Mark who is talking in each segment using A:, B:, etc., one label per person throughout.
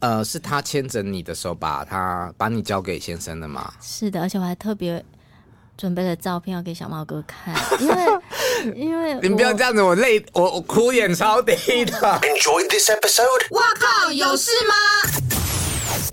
A: 呃，是他牵着你的手把他把你交给先生的吗？
B: 是的，而且我还特别准备了照片要给小猫哥看，因为因为
A: 你不要
B: 我
A: 这样子，我泪我我哭眼超低的。
C: Enjoyed this episode?
D: 哇靠，有事吗？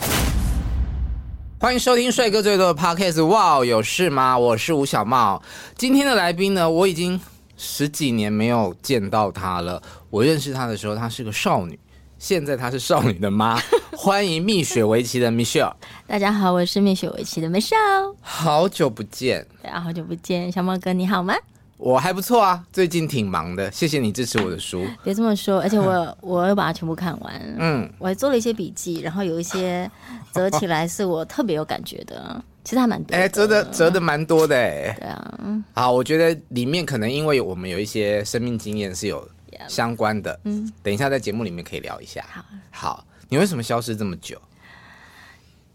A: 欢迎收听帅哥最多的 podcast，哇哦，有事吗？我是吴小茂。今天的来宾呢，我已经十几年没有见到她了。我认识她的时候，她是个少女，现在她是少女的 妈。欢迎蜜雪围棋的 Michelle，
B: 大家好，我是蜜雪围棋的 Michelle，
A: 好久不见，
B: 对啊，好久不见，小猫哥你好吗？
A: 我还不错啊，最近挺忙的，谢谢你支持我的书。
B: 别这么说，而且我我又把它全部看完，
A: 嗯，
B: 我还做了一些笔记，然后有一些折起来是我特别有感觉的，其实还蛮多。
A: 哎、折的折的蛮多的哎、
B: 对啊，
A: 好，我觉得里面可能因为我们有一些生命经验是有相关的，嗯，等一下在节目里面可以聊一下。好，你为什么消失这么久？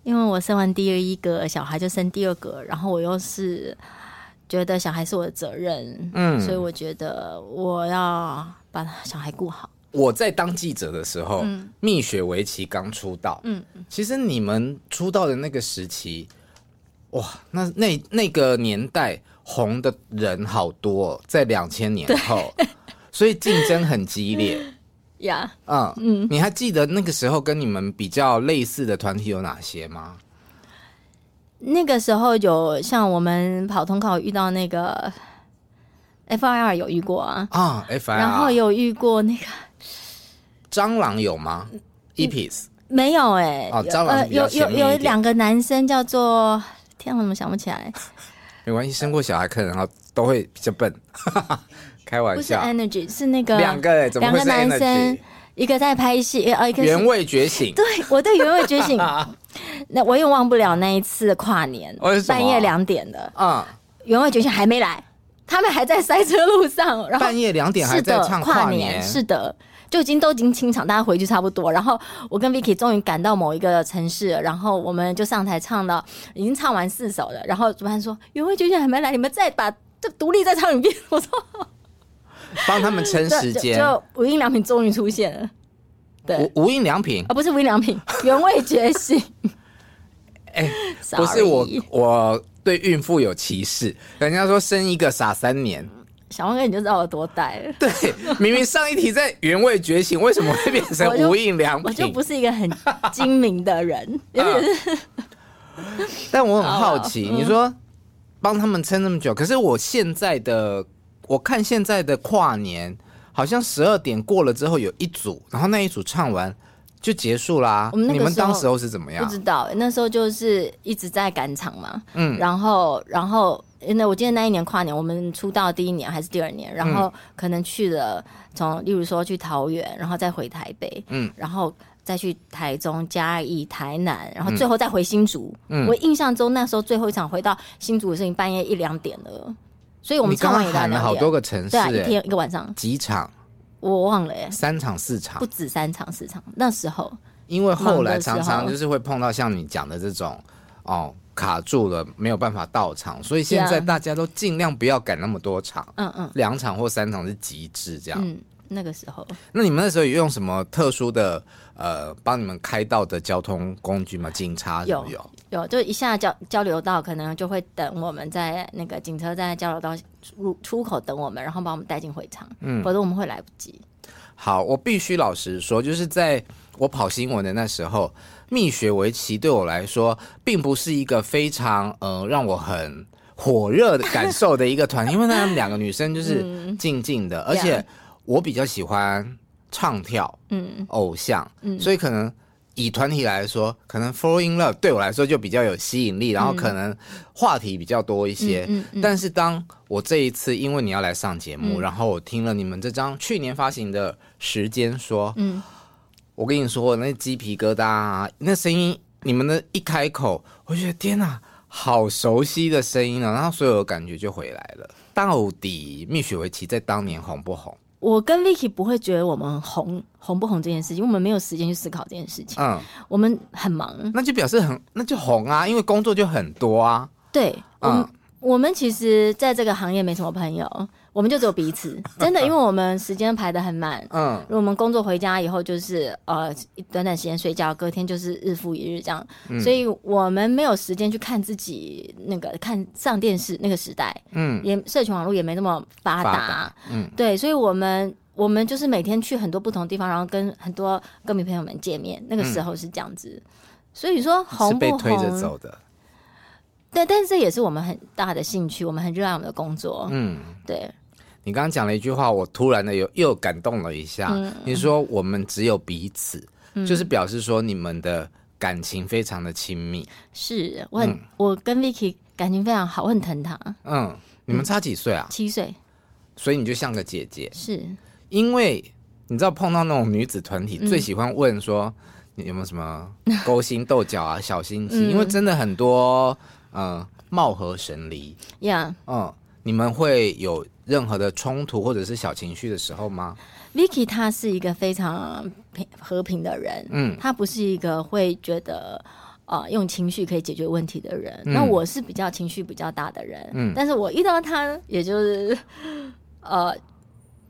B: 因为我生完第一个小孩就生第二个，然后我又是觉得小孩是我的责任，
A: 嗯
B: 所以我觉得我要把小孩顾好。
A: 我在当记者的时候，蜜雪围棋刚出道，嗯，其实你们出道的那个时期，哇，那那那个年代红的人好多、哦，在两千年后， 所以竞争很激 烈。
B: 呀、
A: 嗯嗯，你还记得那个时候跟你们比较类似的团体有哪些吗？
B: 那个时候有像我们跑通考遇到那个 FIR 有遇过啊，
A: 啊，F I R，
B: 然后有遇过那个
A: 蟑螂有吗？Epis
B: 嗯没有哎、
A: 哦
B: 有
A: 蟑螂
B: 呃
A: 比较
B: 有
A: 前
B: 有
A: 面一点
B: 有两个男生叫做天啊，我怎么想不起来？
A: 没关系，生过小孩可能然后都会比较笨， 开玩
B: 不是
A: 笑。
B: Energy，是那个
A: 两个哎，怎么
B: 两
A: 会
B: 个
A: 是
B: 男
A: energy？
B: 生，一个在拍戏，呃，一个
A: 原
B: 是。
A: 味觉醒，
B: 对，我对原味觉 醒，那我也忘不了那一次跨年
A: 哦是，什么
B: 半夜两点的
A: 嗯，
B: 原味觉醒还没来，他们还在塞车路上，然后
A: 半夜两点还
B: 是
A: 在
B: 的，
A: 唱
B: 跨
A: 年，
B: 是的，就已经都已经清场，大家回去差不多。然后我跟 Vicky 终于赶到某一个城市，然后我们就上台唱到已经唱完四首了。然后主办说原味觉醒还没来，你们再把这独立再唱一遍。我说
A: 帮他们撑
B: 对
A: 时
B: 就呃
A: 间。
B: 就无印良品终于出现了，对
A: 无无印良品
B: 啊，不是无印良品，原味觉醒。
A: 哎
B: Sorry，
A: 不是我，我对孕妇有歧视。人家说生一个傻三年，
B: 小王哥你就知道我多呆 了。
A: 对，明明上一题在原味觉醒，为什么会变成
B: 我就
A: 无印良
B: 我就
A: 品
B: 不？是一个很精明的人，因为
A: 啊 但我很好奇，
B: 啊嗯
A: 你说帮他们撑那么久，可是我现在的，我看现在的跨年，好像十二点过了之后有一组，然后那一组唱完就结束啦。
B: 我们那个
A: 你们
B: 时候
A: 当时候是怎么
B: 不
A: 样
B: 知？道那时候就是一直在赶场嘛，
A: 嗯
B: 然后然后那我记得那一年跨年，我们出道第一年还是第二年，然
A: 嗯
B: 后可能去了从例如说去桃园，然后再回台北，
A: 嗯
B: 嗯，然后。再去台中、嘉义、台南，然后最后再回新竹。
A: 嗯
B: 我印象中那时候最后一场回到新竹的事情，半夜一两点了，所以我们
A: 你刚
B: 唱完
A: 刚
B: 也到
A: 喊了好
B: 两
A: 多
B: 点。
A: 个城市、
B: 对啊，一
A: 欸，
B: 天一个晚上，
A: 几场，
B: 我忘了耶，
A: 三场四场
B: 不，止三场四场。那时候
A: 因为后来常
B: 忙的时
A: 常
B: 候
A: 就是会碰到像你讲的这种哦。卡住了，没有办法到场，所以现
B: Yeah
A: 在大家都尽量不要赶那么多场，
B: 嗯嗯
A: 两场或三场是极致这样。
B: 嗯，那个时候
A: 那你们那时候有用什么特殊的呃帮你们开道的交通工具吗？警察什么
B: 有
A: 有？
B: 有，就一下交交流道，可能就会等我们在那个警车在交流道入出口等我们，然后把我们带进会场，否则我们会来不及。
A: 好，我必须老实说，就是在我跑新闻的那时候，蜜雪围棋对我来说，并不是一个非常呃让我很火热的感受的一个 团，因为那两个女生就是静静的，而且
B: 嗯 Yeah
A: 我比较喜欢唱跳
B: 嗯，
A: 偶像，所以可能。以团体来说，可能《Fall in Love》对我来说就比较有吸引力，然后可能话题比较多一些。
B: 嗯嗯
A: 但是当我这一次因为你要来上节目，然后我听了你们这张去年发行的《时间说》，
B: 嗯
A: 我跟你说，我那鸡皮疙瘩、啊，那声音，你们的一开口，我觉得天哪，好熟悉的声音啊！然后所有的感觉就回来了。到底蜜雪维奇在当年红不红？
B: 我跟 Vicky 不会觉得我们红红不红这件事情，因为我们没有时间去思考这件事情，
A: 嗯，
B: 我们很忙。
A: 那就表示很，那就红啊，因为工作就很多啊。
B: 对，我们、
A: 嗯
B: 我们其实在这个行业没什么朋友，我们就只有彼此，真的，因为我们时间排的很满。
A: 嗯
B: 如果我们工作回家以后，就是呃一短短时间睡觉，隔天就是日复一日这样，
A: 嗯
B: 所以我们没有时间去看自己那个看上电视那个时代，
A: 嗯
B: 也社群网络也没那么发达，
A: 发达嗯
B: 对，所以我们我们就是每天去很多不同地方，然后跟很多歌迷朋友们见面，那个时候是这样子。所以说
A: 嗯是
B: 红
A: 被
B: 不
A: 推着
B: 红，
A: 走的，
B: 对，但是这也是我们很大的兴趣，我们很热爱我们的工作，
A: 嗯。
B: 对，
A: 你刚刚讲了一句话，我突然的有又感动了一下。
B: 嗯
A: 你说我们只有彼此，就是表示说你们的感情非常的亲密。
B: 是我很、我跟 Vicky 感情非常好，我很疼她，
A: 嗯，你们差几岁啊？
B: 七岁
A: 所以你就像个姐姐，
B: 是
A: 因为你知道碰到那种女子团体，
B: 嗯
A: 最喜欢问说你有没有什么勾心斗角啊、小心
B: 嗯
A: 机，因为真的很多呃貌合神离。
B: 呀。
A: 嗯，你们会有任何的冲突或者是小情绪的时候吗？
B: Vicky 她是一个非常平和平的人，
A: 嗯
B: 她不是一个会觉得呃用情绪可以解决问题的人。
A: 嗯
B: 那我是比较情绪比较大的人，
A: 嗯
B: 但是我遇到她，也就是呃，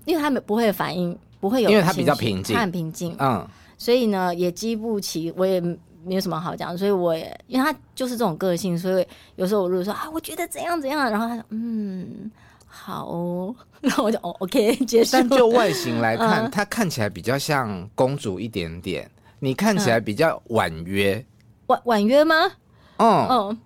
B: 因为她们不会反应，不会有情绪，
A: 因为她比较平静
B: 她很平静，
A: 嗯
B: 所以呢也激不起，我也没有什么好讲，所以我也因为她就是这种个性，所以有时候我如果说啊，我觉得怎样怎样，然后她说嗯。好、哦， 然后我就哦，OK，接受。
A: 但就外形来看，
B: 嗯
A: 她看起来比较像公主一点点，你看起来比较婉约。
B: 婉婉约吗？
A: 嗯，
B: 哦，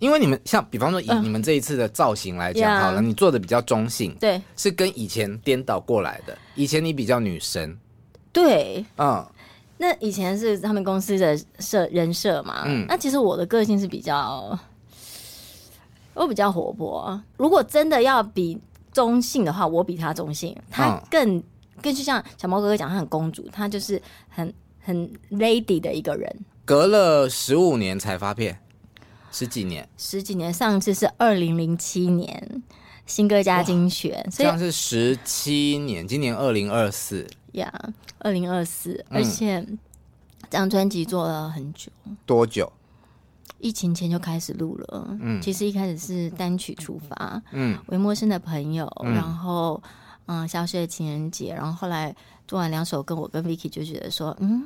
A: 因为你们像，比方说以
B: 嗯
A: 你们这一次的造型来讲，
B: Yeah
A: 好了，你做的比较中性，
B: 对
A: 是跟以前颠倒过来的。以前你比较女神，
B: 对。
A: 嗯
B: 那以前是他们公司的设人设嘛，
A: 嗯
B: 那其实我的个性是比较，我比较活泼。如果真的要比中性的话，我比他中性，他
A: 嗯
B: 更、更就像小猫哥哥讲，他很公主，他就是很很 lady 的一个人。
A: 隔了十五年才发片，十几年，
B: 十几年，上一次是二零零七年新歌加精选，
A: 这
B: 所以
A: 样是十七年，今年二零二四，
B: 呀，二零二四，
A: 嗯
B: 而且这张专辑做了很久。
A: 多久？
B: 疫情前就开始录了，
A: 嗯
B: 其实一开始是单曲出发，
A: 嗯
B: 为陌生的朋友，
A: 嗯
B: 然后嗯，消失的情人节，然后后来做完两首歌，我跟 Vicky 就觉得说，嗯，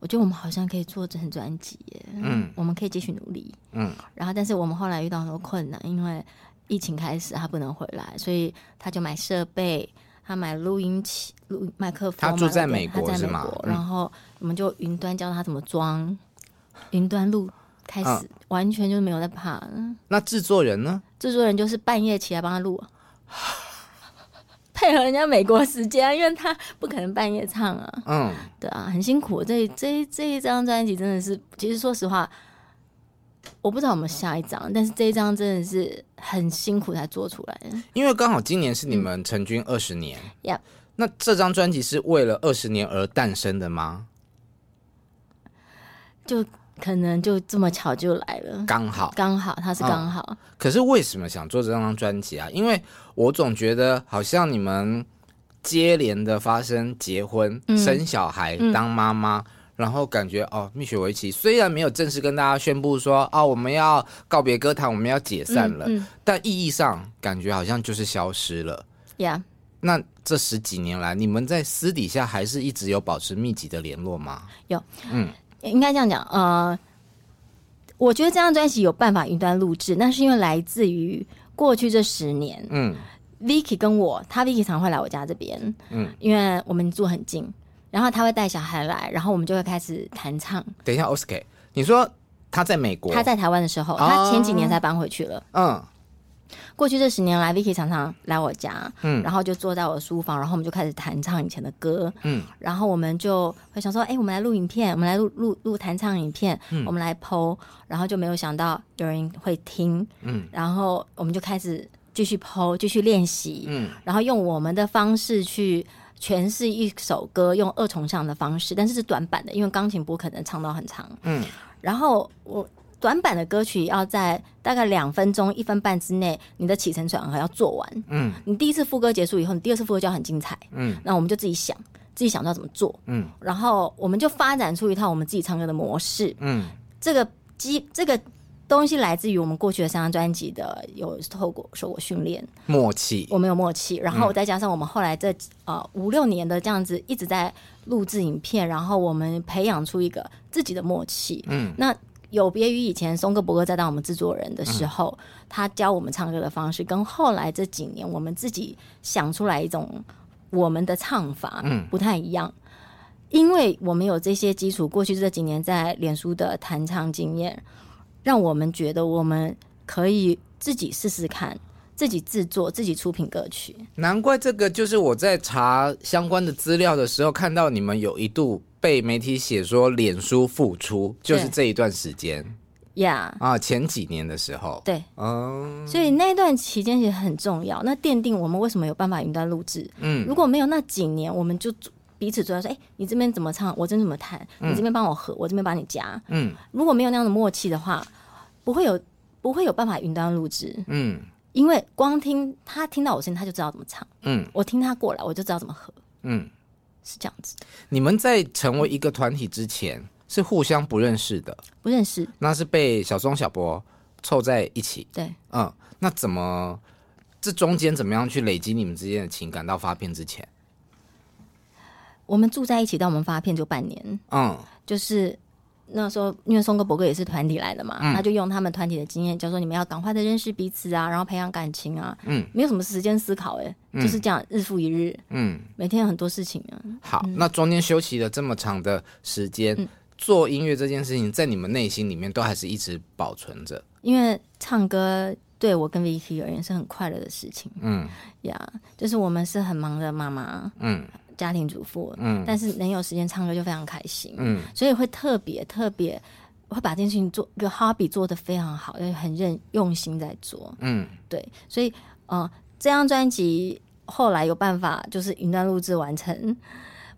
B: 我觉得我们好像可以做整专辑耶，
A: 嗯
B: 我们可以继续努力，
A: 嗯，
B: 然后但是我们后来遇到很多困难，因为疫情开始他不能回来，所以他就买设备，他买录音器、录麦克风，
A: 他住在
B: 买了
A: 美国
B: 电他在
A: 是
B: 美
A: 吗
B: 国
A: 嗯
B: 然后我们就云端教他怎么装，云端录开始、
A: 嗯
B: 完全就没有在怕，嗯
A: 那制作人呢？
B: 制作人就是半夜起来帮他录。啊配合人家美国时间啊，因为他不可能半夜唱啊。
A: 嗯，
B: 对啊，很辛苦。这这这一张专辑真的是，其实说实话，我不知道我们下一张，但是这一张真的是很辛苦才做出来的。
A: 因为刚好今年是你们成军二十年。
B: 嗯 Yep
A: 那这张专辑是为了二十年而诞生的吗？
B: 就可能就这么巧就来了，
A: 刚好。
B: 刚好他是刚好，
A: 可是为什么想做这张专辑啊？因为我总觉得好像你们接连的发生结婚、
B: 嗯
A: 生小孩、当妈妈。然后感觉哦，蜜雪维奇虽然没有正式跟大家宣布说啊、我们要告别歌坛，我们要解散了，
B: 嗯
A: 但意义上感觉好像就是消失了。
B: 呀、
A: 那这十几年来，你们在私底下还是一直有保持密集的联络吗？
B: yeah, 应该这样讲。呃，我觉得这张专辑有办法云端录制，那是因为来自于过去这十年，
A: 嗯
B: Vicky 跟我，他 Vicky 常会来我家这边，
A: 嗯
B: 嗯，因为我们住很近，然后他会带小孩来，然后我们就会开始弹唱。
A: 等一下，Oscar，你说他在美国，
B: 他在台湾的时候，
A: 哦
B: 他前几年才搬回去了。
A: 嗯
B: 过去这十年来，Vicky 常常来我家，
A: 嗯
B: 嗯，然后就坐在我的书房，然后我们就开始弹唱以前的歌，
A: 嗯
B: 嗯，然后我们就会想说，哎、我们来录影片，我们来录录录弹唱影片，我们来剖，然后就没有想到有人会听，
A: 嗯
B: 嗯，然后我们就开始继续剖，继续练习，
A: 嗯
B: 然后用我们的方式去诠释一首歌，用二重唱的方式，但是是短版的，因为钢琴不可能唱到很长。
A: 嗯
B: 然后我短版的歌曲要在大概两分钟、一分半之内，你的起承转合要做完。
A: 嗯
B: 你第一次副歌结束以后，你第二次副歌就要很精彩。
A: 嗯
B: 那我们就自己想，自己想到怎么做，
A: 嗯
B: 然后我们就发展出一套我们自己唱歌的模式。
A: 嗯
B: 这个基这个东西来自于我们过去的三张专辑的有透过受过训练，
A: 默契
B: 我们有默契，然
A: 嗯
B: 后再加上我们后来这呃五六年的这样子一直在录制影片，然后我们培养出一个自己的默契。
A: 嗯，
B: 那有别于以前松哥伯哥在当我们制作人的
A: 嗯
B: 时候，他教我们唱歌的方式，跟后来这几年我们自己想出来一种我们的唱法，
A: 嗯
B: 不太一样。因为我们有这些基础，过去这几年在脸书的弹唱经验，让我们觉得我们可以自己试试看，自己制作、自己出品歌曲。
A: 难怪这个就是我在查相关的资料的时候，看到你们有一度被媒体写说脸书复出，就是
B: 对
A: 这一段时间
B: 呀、
A: 啊，前几年的时候，
B: 对，
A: 嗯
B: 所以那段期间也很重要，那奠定我们为什么有办法云端录制。
A: 嗯
B: 如果没有那几年，我们就彼此坐在说，哎、你这边怎么唱，我这边怎么弹，你这边帮我合，我这边帮你夹。
A: 嗯
B: 如果没有那样的默契的话，不会有不会有办法云端录制，
A: 嗯
B: 因为光听他听到我声音，他就知道怎么唱；
A: 嗯
B: 我听他过来，我就知道怎么合，
A: 嗯，
B: 是这样子。
A: 你们在成为一个团体之前是互相不认识的，
B: 不认识，
A: 那是被小松小博凑在一起，
B: 对，
A: 嗯，那怎么这中间怎么样去累积你们之间的情感到发片之前？
B: 我们住在一起到我们发片就半年，
A: 嗯
B: 就是那时候，因为松哥、博哥也是团体来的
A: 嗯
B: 嘛，他就用他们团体的经验，就说你们要赶快的认识彼此啊，然后培养感情啊，
A: 嗯，
B: 没有什么时间思考、欸，就是这样日复一日，
A: 嗯，
B: 每天有很多事情啊，
A: 好，那中间休息了这么长的时间，做音乐这件事情在你们内心里面都还是一直保存着。
B: 因为唱歌对我跟 Vicky 而言是很快乐的事情
A: 嗯
B: 呀就是我们是很忙的妈妈、
A: 嗯
B: 家庭主妇，
A: 嗯
B: 但是能有时间唱歌就非常开心，
A: 嗯
B: 所以会特别特别。会把这件事情做一个 hobby 做得非常好，也很认用心在做。
A: 嗯
B: 对，所以呃，这张专辑后来有办法就是云端录制完成，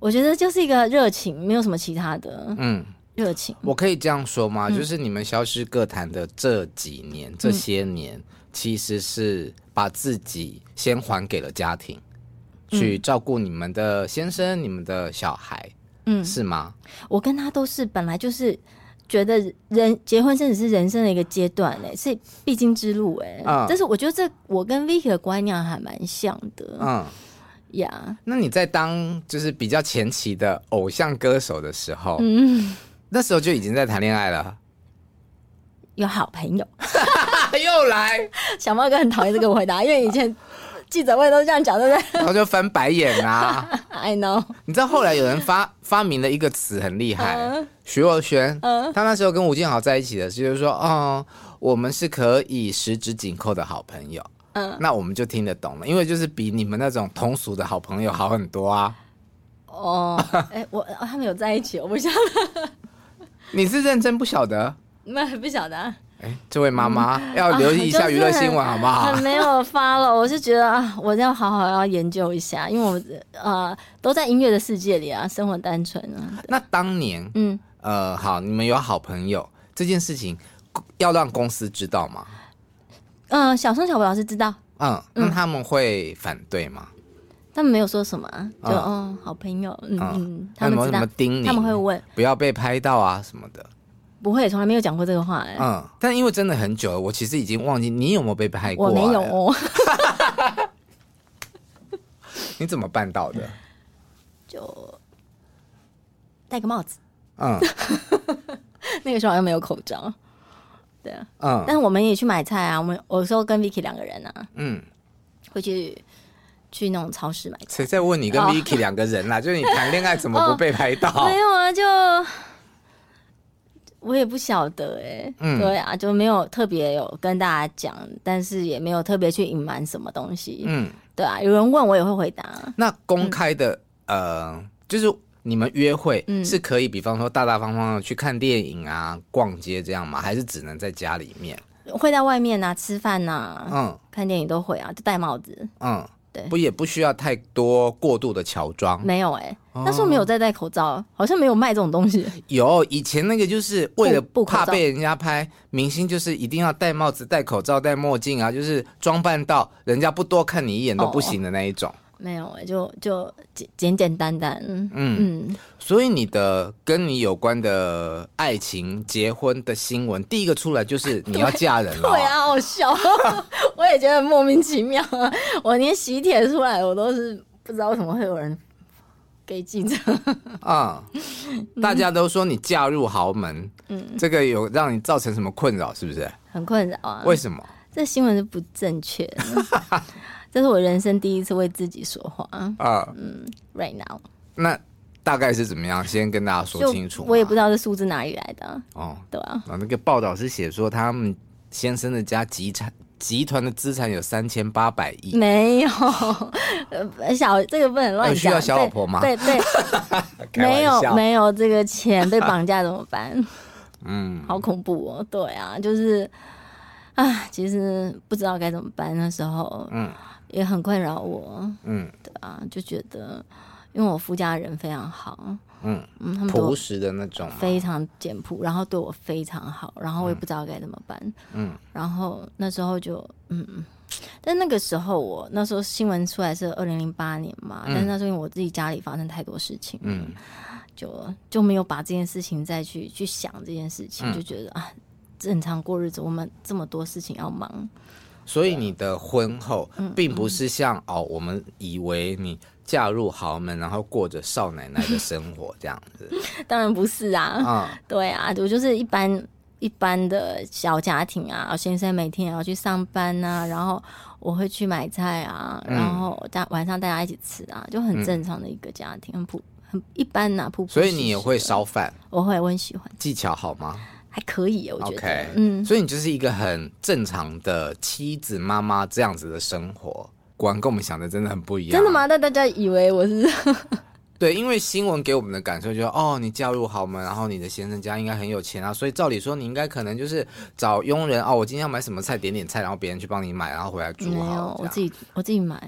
B: 我觉得就是一个热情，没有什么其他的
A: 嗯，
B: 热情。
A: 我可以这样说吗？就是你们消失歌坛的这几年、这些年，其实是把自己先还给了家庭，去照顾你们的先生、你们的小孩，
B: 嗯，
A: 是吗？
B: 我跟他都是本来就是觉得人结婚甚至是人生的一个阶段、欸，是必经之路、欸，哎、
A: 啊
B: 但是我觉得这我跟 Vicky 的观念还蛮像的
A: 嗯。
B: 呀。
A: 那你在当就是比较前期的偶像歌手的时候，
B: 嗯，
A: 那时候就已经在谈恋爱了，
B: 有好朋友，
A: 啊又来，
B: 小猫哥很讨厌这个回答，因为以前记者会都这样讲，对不 对
A: 然后就翻白眼 啊。
B: ？I know，
A: 你知道后来有人发发明了一个词很厉害，徐若瑄，她那时候跟吴建豪在一起的时候就是说，哦，我们是可以十指紧扣的好朋友。嗯，那我们就听得懂了，因为就是比你们那种通俗的好朋友好很多啊。
B: 哦，哎、我哦他们有在一起，我不晓得。
A: 你是认真不晓得？
B: 那不晓得、啊，
A: 哎，这位妈妈、要留意一下娱乐新闻好不好？
B: 很没有发了。我是觉得啊，我要好好要研究一下，因为我呃都在音乐的世界里啊，生活单纯啊，
A: 那当年，
B: 嗯，
A: 呃，好，你们有好朋友这件事情，要让公司知道吗？
B: 嗯、小松小博老师知道，
A: 嗯，那他们会反对吗？
B: 他们没有说什么啊，就
A: 啊
B: 嗯、好朋友，嗯
A: 啊
B: 嗯，
A: 那
B: 他
A: 有没有
B: 们知
A: 什
B: 道
A: 么，叮咛？
B: 他们会问，
A: 不要被拍到啊什么的。
B: 不会，从来没有讲过这个话、哎、
A: 嗯，但因为真的很久了，我其实已经忘记你有没有被拍过、
B: 我
A: 啊。
B: 没有、哦，
A: 你怎么办到的？
B: 就戴个帽子，
A: 嗯
B: 那个时候好像没有口
A: 啊
B: 罩，对啊，但
A: 嗯
B: 是我们也去买菜啊，我们有时候跟 Vicky 两个人啊，
A: 嗯，
B: 会去去那种超市买菜。
A: 谁在问你跟
B: 哦
A: Vicky 两个人啦？就是 你谈恋爱怎么不被拍 到？
B: 没有啊，就我也不晓得哎、
A: 嗯
B: 对啊，就没有特别有跟大家讲，但是也没有特别去隐瞒什么东西。
A: 嗯，
B: 对啊，有人问我也会回答。啊
A: 那公开的、呃，就是你们约会
B: 嗯
A: 是可以，比方说大大方方的去看电影啊、逛街这样吗？还是只能在家里面？
B: 会在外面啊，吃饭呐、
A: 嗯
B: 看电影都会啊，就戴帽子。
A: 嗯，
B: 对
A: 不也不需要太多过度的乔装。
B: 没有哎、
A: 哦
B: 那时候没有在戴口罩，好像没有卖这种东西。
A: 有以前那个就是为了
B: 布布口
A: 怕
B: 罩
A: 被人家拍，明星就是一定要戴帽子、戴口罩、戴墨镜啊，就是装扮到人家不多看你一眼都不行的那一种。
B: 没有，我就就简简简单单，嗯嗯，
A: 所以你的跟你有关的爱情、结婚的新闻，第一个出来就是你要嫁人了、
B: 对啊，好笑，我也觉得莫名其妙啊，我连喜帖出来我都是不知道为什么会有人给记者，
A: 啊、
B: 嗯
A: 大家都说你嫁入豪门，这个有让你造成什么困扰？是不是？
B: 很困扰啊。
A: 为什么？
B: 这新闻是不正确的， 这是我人生第一次为自己说话
A: 啊、
B: 嗯，right now，
A: 那大概是怎么样？先跟大家说清楚。啊
B: 我也不知
A: 道
B: 道这数字哪里来的啊，
A: 哦。
B: 对啊，
A: 啊，那个报道是写说他们先生的家集产集团的资产有三千八百亿，
B: 没有，呃，小这个不能乱
A: 呃
B: 讲。
A: 需要小老婆吗
B: 对对，
A: 开玩
B: 没有
A: 笑
B: 没有这个钱被绑架怎么办？
A: 嗯，
B: 好恐怖哦！对啊，就是啊，其实不知道该怎么办，那时候
A: 嗯
B: 也很困扰我，
A: 嗯
B: 对啊，就觉得因为我夫家人非常好，
A: 嗯，
B: 嗯，他们对
A: 朴
B: 我
A: 实的那种吗，
B: 非常简朴，然后对我非常好，然后我也不知道该怎么办。
A: 嗯，
B: 然后那时候就嗯，但那个时候我那时候新闻出来是二零零八年嘛，但是那时候因为我自己家里发生太多事情，
A: 嗯，
B: 就就没有把这件事情再去去想这件事情，
A: 嗯
B: 就觉得啊，正常过日子，我们这么多事情要忙，
A: 所以你的婚后
B: 嗯
A: 并不是像哦，我们以为你嫁入豪门，然后过着少奶奶的生活这样子
B: 当然不是啊，
A: 啊，
B: 对啊，我就是一般一般的小家庭啊，先生每天也要去上班啊，然后我会去买菜啊，
A: 嗯
B: 然后大晚上大家一起吃啊，就很正常的一个家庭，很普很一般呐、普普。
A: 所以你也会，烧饭，
B: 我会，我很喜欢，
A: 技巧好吗
B: 还可以耶，我觉得
A: ？OK，
B: 嗯，
A: 所以你就是一个很正常的妻子、妈妈这样子的生活。果然跟我们想的真的很不一样。
B: 真的？吗？但大家以为 我是
A: 对，因为新闻给我们的感受就是，哦，你嫁入豪门，然后你的先生家应该很有钱啊，所以照理说你应该可能就是找佣人哦，我今天要买什么菜，点点菜，然后别人去帮你买，然后回来煮
B: 没
A: 好
B: 有，。
A: 这
B: 我
A: 样
B: 自己我自己买，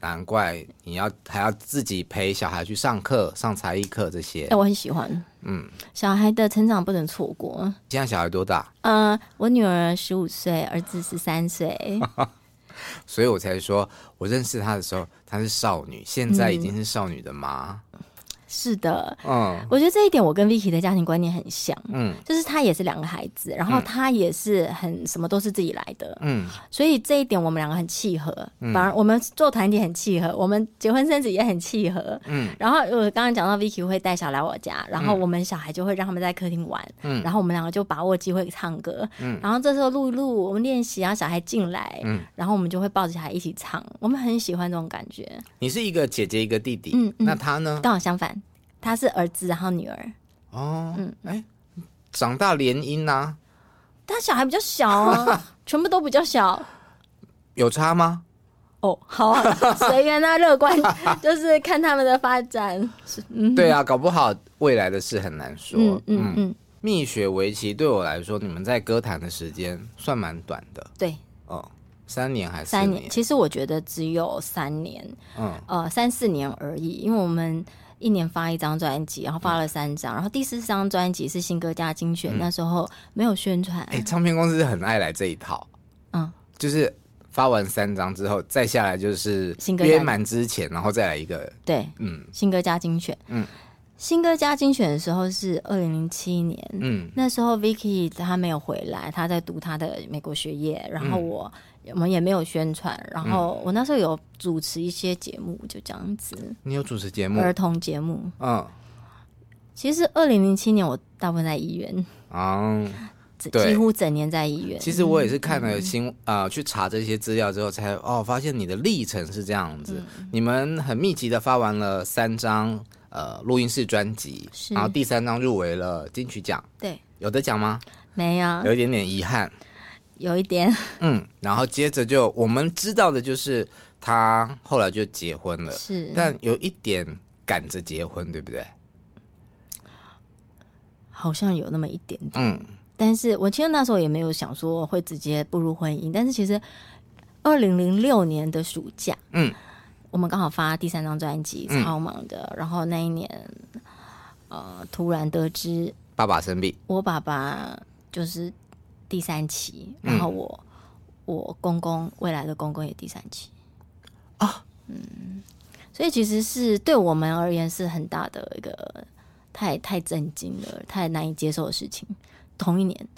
A: 难怪你要还要自己陪小孩去上课、上才艺课这些
B: 哎，。我很喜欢，
A: 嗯，
B: 小孩的成长不能错过。
A: 现在小孩多大？
B: 呃，我女儿十五岁，儿子十 三岁，
A: 所以我才说，我认识她的时候她是少女，现在已经是少女的妈。
B: 是的，
A: 嗯
B: 我觉得这一点我跟 Vicky 的家庭观念很像，
A: 嗯
B: 就是他也是两个孩子，然后他也是很什么都是自己来的，
A: 嗯
B: 所以这一点我们两个很契合，反而我们做团体很契合，我们结婚生子也很契合。
A: 嗯
B: 然后我刚刚讲到 Vicky 会带小孩来我家，然后我们小孩就会让他们在客厅玩，
A: 嗯
B: 然后我们两个就把握机会唱歌，
A: 嗯
B: 然后这时候录一录，我们练习，然后小孩进来，
A: 嗯
B: 然后我们就会抱着小孩一起唱，我们很喜欢这种感觉。
A: 你是一个姐姐，一个弟弟。
B: 嗯嗯
A: 那她呢？
B: 刚好相反，他是儿子，然后女儿，
A: 哦，
B: 嗯
A: 哎、长大联姻啊呐、
B: 但小孩比较小啊，全部都比较小。
A: 有差吗？
B: 哦，好啊，随缘啊，乐观，就是看他们的发展。
A: 对啊，搞不好未来的事很难说。
B: 嗯嗯嗯，
A: 蜜雪围棋对我来说，你们在歌坛的时间算蛮短的，
B: 对，
A: 哦，三年还是四
B: 三年，其实我觉得只有三年，
A: 嗯
B: 呃，三四年而已，因为我们。一年发一张专辑，然后发了三张，然后第四张专辑是新歌加精选，那时候没有宣传，
A: 哎、唱片公司很爱来这一套，
B: 嗯，
A: 就是发完三张之后，再下来就是
B: 新歌
A: 约
B: 单
A: 满之前，然后再来一个，
B: 对，
A: 嗯
B: 新歌加精选，
A: 嗯，
B: 新歌加精选的时候是二零零七年，
A: 嗯
B: 那时候 Vicky 她没有回来，她在读她的美国学业，然后
A: 嗯
B: 我、我们也没有宣传，然后我那时候有主持一些节目，就这样子，
A: 你有主持节目，
B: 儿童节目。
A: 嗯
B: 其实二零零七年我大部分在医院，
A: 嗯，
B: 整
A: 对
B: 几乎整年在医院。
A: 其实我也是看了新啊、去查这些资料之后才哦，发现你的历程是这样子，
B: 嗯
A: 你们很密集的发完了三张呃录音室专辑，
B: 是
A: 然后第三张入围了金曲奖，
B: 对
A: 有得奖吗？
B: 没有
A: 有一点点遗憾，
B: 有一点
A: 嗯，然后接着就我们知道的就是他后来就结婚了，
B: 是，
A: 但有一点赶着结婚，对不对？
B: 好像有那么一点点。
A: 嗯
B: 但是我其实那时候也没有想说会直接步入婚姻，但是其实二零零六年的暑假，
A: 嗯，
B: 我们刚好发第三张专辑，
A: 嗯
B: 超忙的。然后那一年，呃，突然得知
A: 爸爸生病，
B: 我爸爸就是第三期，
A: 嗯
B: 然后我、我公公未来的公公也第三期，嗯所以其实是对我们而言是很大的一个太太震惊了，太难以接受的事情。同一年，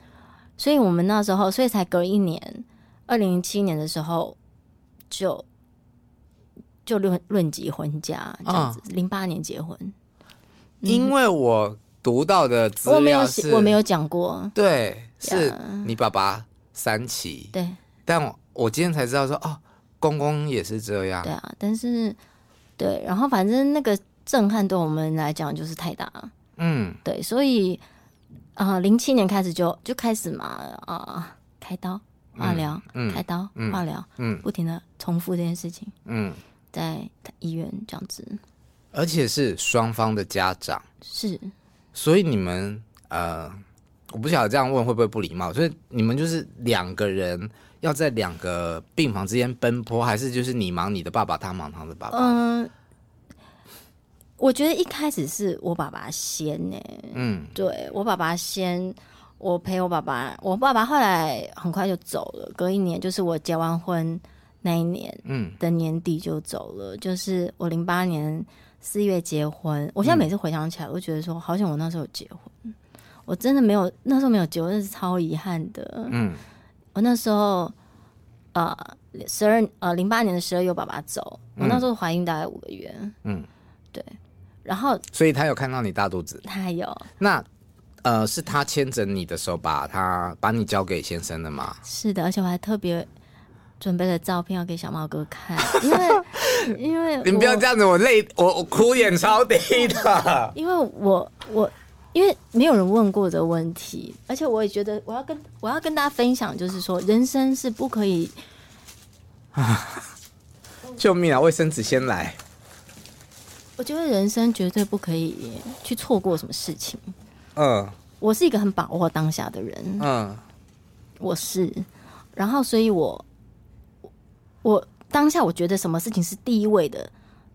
B: 所以我们那时候，所以才隔一年，二零零七年的时候就就论论及婚嫁这样子，零八、年结婚。
A: 因为我读到的资
B: 嗯我没有
A: 料是，
B: 我没有讲过，
A: 对，是
B: Yeah
A: 你爸爸三期，
B: 对
A: 但我我今天才知道说哦，公公也是这样
B: 对，啊，但是对，然后反正那个震撼对我们来讲就是太大了。
A: 嗯，
B: 对，所以啊，零、七年开始就就开始嘛，啊、开刀、化疗、
A: 嗯
B: 开刀、
A: 嗯
B: 化疗，
A: 嗯
B: 不停的重复这件事情，
A: 嗯，
B: 在医院这样子，
A: 而且是双方的家长，
B: 是
A: 所以你们呃，我不晓得这样问会不会不礼貌，所以你们就是两个人要在两个病房之间奔波，还是就是你忙你的爸爸，他忙他的爸爸？
B: 嗯。我觉得一开始是我爸爸先呢、
A: 嗯
B: 对我爸爸先，我陪我爸爸，我爸爸后来很快就走了，隔一年就是我结完婚那一年，
A: 嗯
B: 的年底就走了，就是我零八年四月结婚。我现在
A: 嗯
B: 每次回想起来，我就觉得说，好想我那时候有结婚，我真的没有那时候没有结婚，那是超遗憾的。
A: 嗯
B: 我那时候呃十二呃零八年的十二月我爸爸走，我那时候怀孕大概五个月，
A: 嗯，
B: 对，然后
A: 所以他有看到你大肚子，
B: 他还有
A: 那呃，是他牵着你的手把他把你交给先生的吗？
B: 是的，而且我还特别。准备了照片要给小猫哥看，因为因为
A: 你不要
B: 我
A: 这样子，我泪，我我哭点超低的。
B: 因为我我因为没有人问过的问题，而且我也觉得我要跟我要跟大家分享，就是说人生是不可以
A: 救命啊！卫生纸先来。
B: 我觉得人生绝对不可以去错过什么事情。
A: 嗯
B: 我是一个很把握当下的人，
A: 嗯
B: 我是，然后所以我我当下我觉得什么事情是第一位的，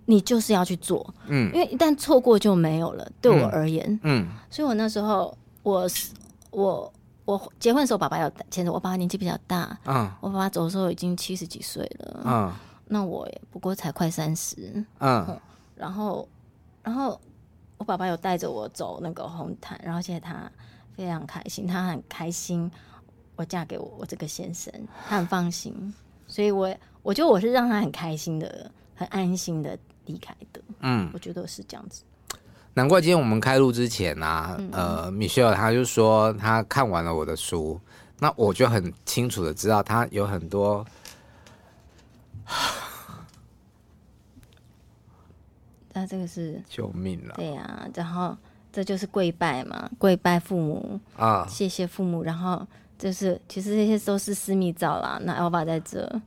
B: 你就是要去做，
A: 嗯
B: 因为一旦错过就没有了。对我
A: 嗯
B: 而言，
A: 嗯
B: 所以我那时候我是我我结婚的时候，爸爸有牵着我，爸爸年纪比较大，
A: 嗯
B: 我爸爸走的时候已经七十几岁了，
A: 嗯
B: 那我也不过才快三十。
A: 嗯
B: 然后，然后我爸爸有带着我走那个红毯，然后现在他非常开心，他很开心我嫁给我我这个先生，他很放心，所以我我觉得我是让他很开心的，很安心的离开的，
A: 嗯，
B: 我觉得是这样子。
A: 难怪今天我们开录之前啊，呃，Michelle 他就说他看完了我的书，那我就很清楚的知道他有很多
B: 那这个是
A: 救命了
B: 对呀、然后这就是跪拜嘛，跪拜父母，
A: 啊！
B: 谢谢父母，然后就是其实这些都是私密照啦。那 Elva 在这，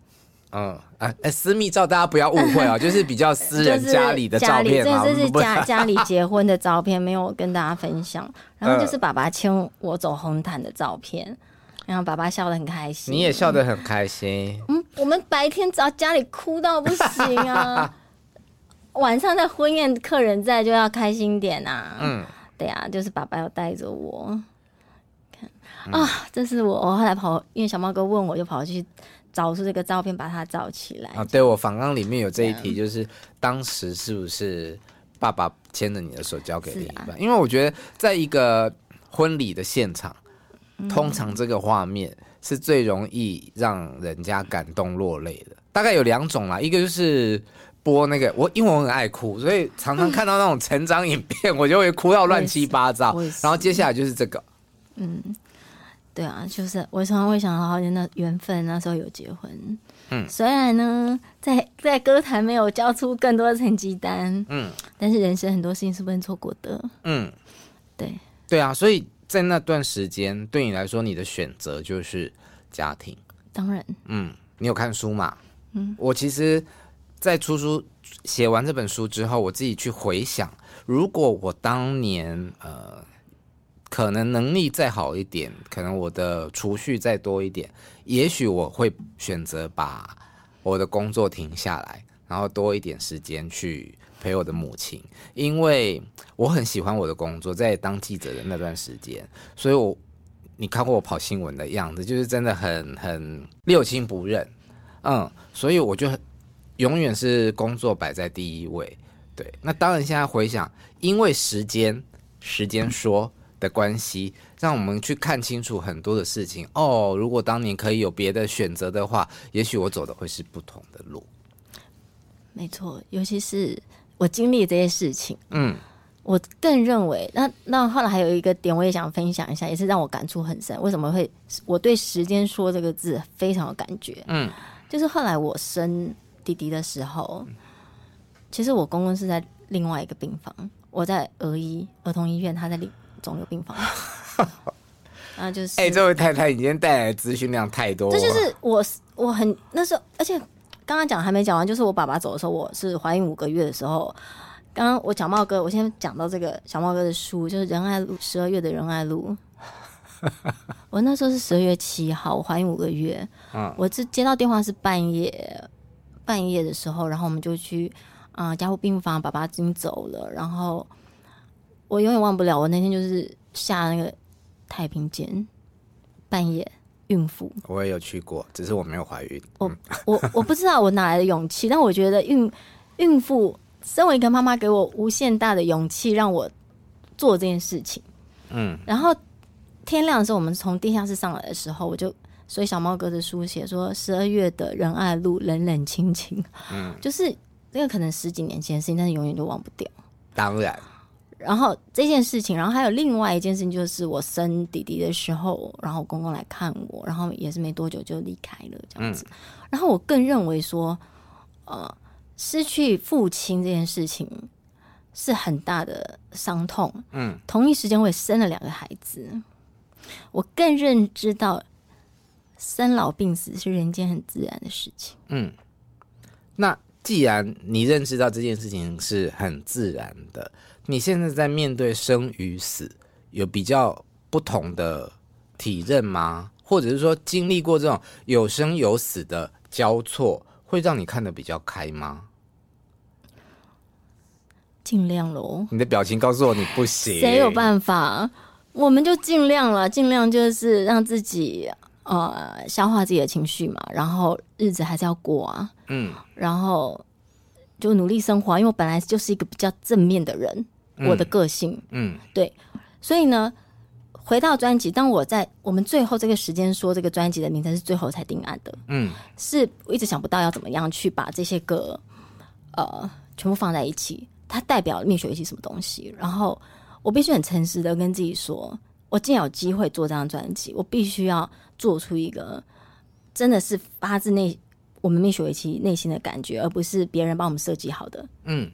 A: 嗯哎哎，私密照大家不要误会 啊，就是比较私人
B: 就是
A: 家里的照片
B: 家
A: 啊，
B: 里这 这是
A: 不
B: 家家里结婚的照片，没有跟大家分享。然后
A: 呃
B: 就是爸爸牵我走红毯的照片，然后爸爸笑得很开心。
A: 你也笑得很开心。
B: 嗯，我们白天找家里哭到不行啊，晚上在婚宴客人在就要开心点啊。
A: 嗯，
B: 对啊，就是爸爸要带着我。看啊，这是我我后来跑，因为小猫哥问我，就跑去找出这个照片，把它照起来。
A: 啊，对我访纲里面有这一题，就是当时是不是爸爸牵着你的手交给
B: 是
A: 另一
B: 啊
A: 半？因为我觉得在一个婚礼的现场，
B: 嗯
A: 通常这个画面是最容易让人家感动落泪的。大概有两种啦，一个就是。播那个我，因为我很爱哭，所以常常看到那种成长影片，我就会哭到乱七八糟
B: 我也是。
A: 然后接下来就是这个，
B: 对啊，就是我常常会想到，好像那缘分那时候有结婚。嗯，虽然呢，在在歌坛没有交出更多的成绩单，
A: 嗯
B: 但是人生很多事情是不能错过的。
A: 嗯，
B: 对，
A: 对啊，所以在那段时间，对你来说，你的选择就是家庭。
B: 当然，
A: 嗯，你有看书嘛？嗯，我其实，在出书写完这本书之后，我自己去回想，如果我当年呃，可能能力再好一点，可能我的储蓄再多一点，也许我会选择把我的工作停下来，然后多一点时间去陪我的母亲，因为我很喜欢我的工作，在当记者的那段时间，所以我你看过我跑新闻的样子，就是真的很很六亲不认，嗯，所以我就很永远是工作摆在第一位。对，那当然现在回想，因为时间时间说的关系，让我们去看清楚很多的事情。哦，如果当年可以有别的选择的话，也许我走的会是不同的路。
B: 没错，尤其是我经历这些事情，
A: 嗯，
B: 我更认为，那那后来还有一个点，我也想分享一下，也是让我感触很深。为什么会我对“时间说”这个字非常有感觉？
A: 嗯，
B: 就是后来我生弟弟的时候，其实我公公是在另外一个病房，我在儿医儿童医院，他在另肿瘤病房。 啊，就是
A: 哎、这位太太，你今天带来的资讯量太多了，啊
B: 这就是我是我很那时候，而且刚刚讲还没讲完，就是我爸爸走的时候，我是怀孕五个月的时候。刚刚我小茂哥，我先讲到这个小茂哥的书，就是《仁爱路》十二月的《仁爱路》。我那时候是十二月七号，我怀孕五个月。
A: 嗯
B: 我是接到电话是半夜半夜的时候，然后我们就去啊、呃加护病房，爸爸已经走了。然后我永远忘不了，我那天就是下那个太平间，半夜孕妇，
A: 我也有去过，只是我没有怀孕。嗯
B: 我我我不知道我哪来的勇气，但我觉得孕孕妇身为一个妈妈，给我无限大的勇气，让我做这件事情。
A: 嗯，
B: 然后天亮的时候，我们从地下室上来的时候，我就所以小猫哥的书写说，十二月的仁爱路冷冷清清，嗯，就是那个可能十几年前的事情，但是永远就忘不掉。
A: 当然，
B: 然后这件事情，然后还有另外一件事情，就是我生弟弟的时候，然后我公公来看我，然后也是没多久就离开了这样子。然后我更认为说，呃，失去父亲这件事情是很大的伤痛。
A: 嗯，
B: 同一时间我也生了两个孩子，我更认知到生老病死是人间很自然的事情。
A: 嗯，那既然你认识到这件事情是很自然的，你现在在面对生与死，有比较不同的体认吗？或者是说经历过这种有生有死的交错，会让你看得比较开吗？
B: 尽量喽。
A: 你的表情告诉我你不行，
B: 谁有办法？我们就尽量了，尽量就是让自己呃消化自己的情绪嘛，然后日子还是要过啊，
A: 嗯，
B: 然后就努力生活啊。因为我本来就是一个比较正面的人，我的个性，
A: 嗯
B: 所以呢，回到专辑，当我在我们最后这个时间说这个专辑的名称是最后才定案的，
A: 嗯
B: 是我一直想不到要怎么样去把这些歌，呃，全部放在一起，它代表灭学一起什么东西。然后我必须很诚实的跟自己说，我既然有机会做这张专辑，我必须要做出一个真的是发自内我们灭学一期内心的感觉，而不是别人帮我们设计好的，
A: 嗯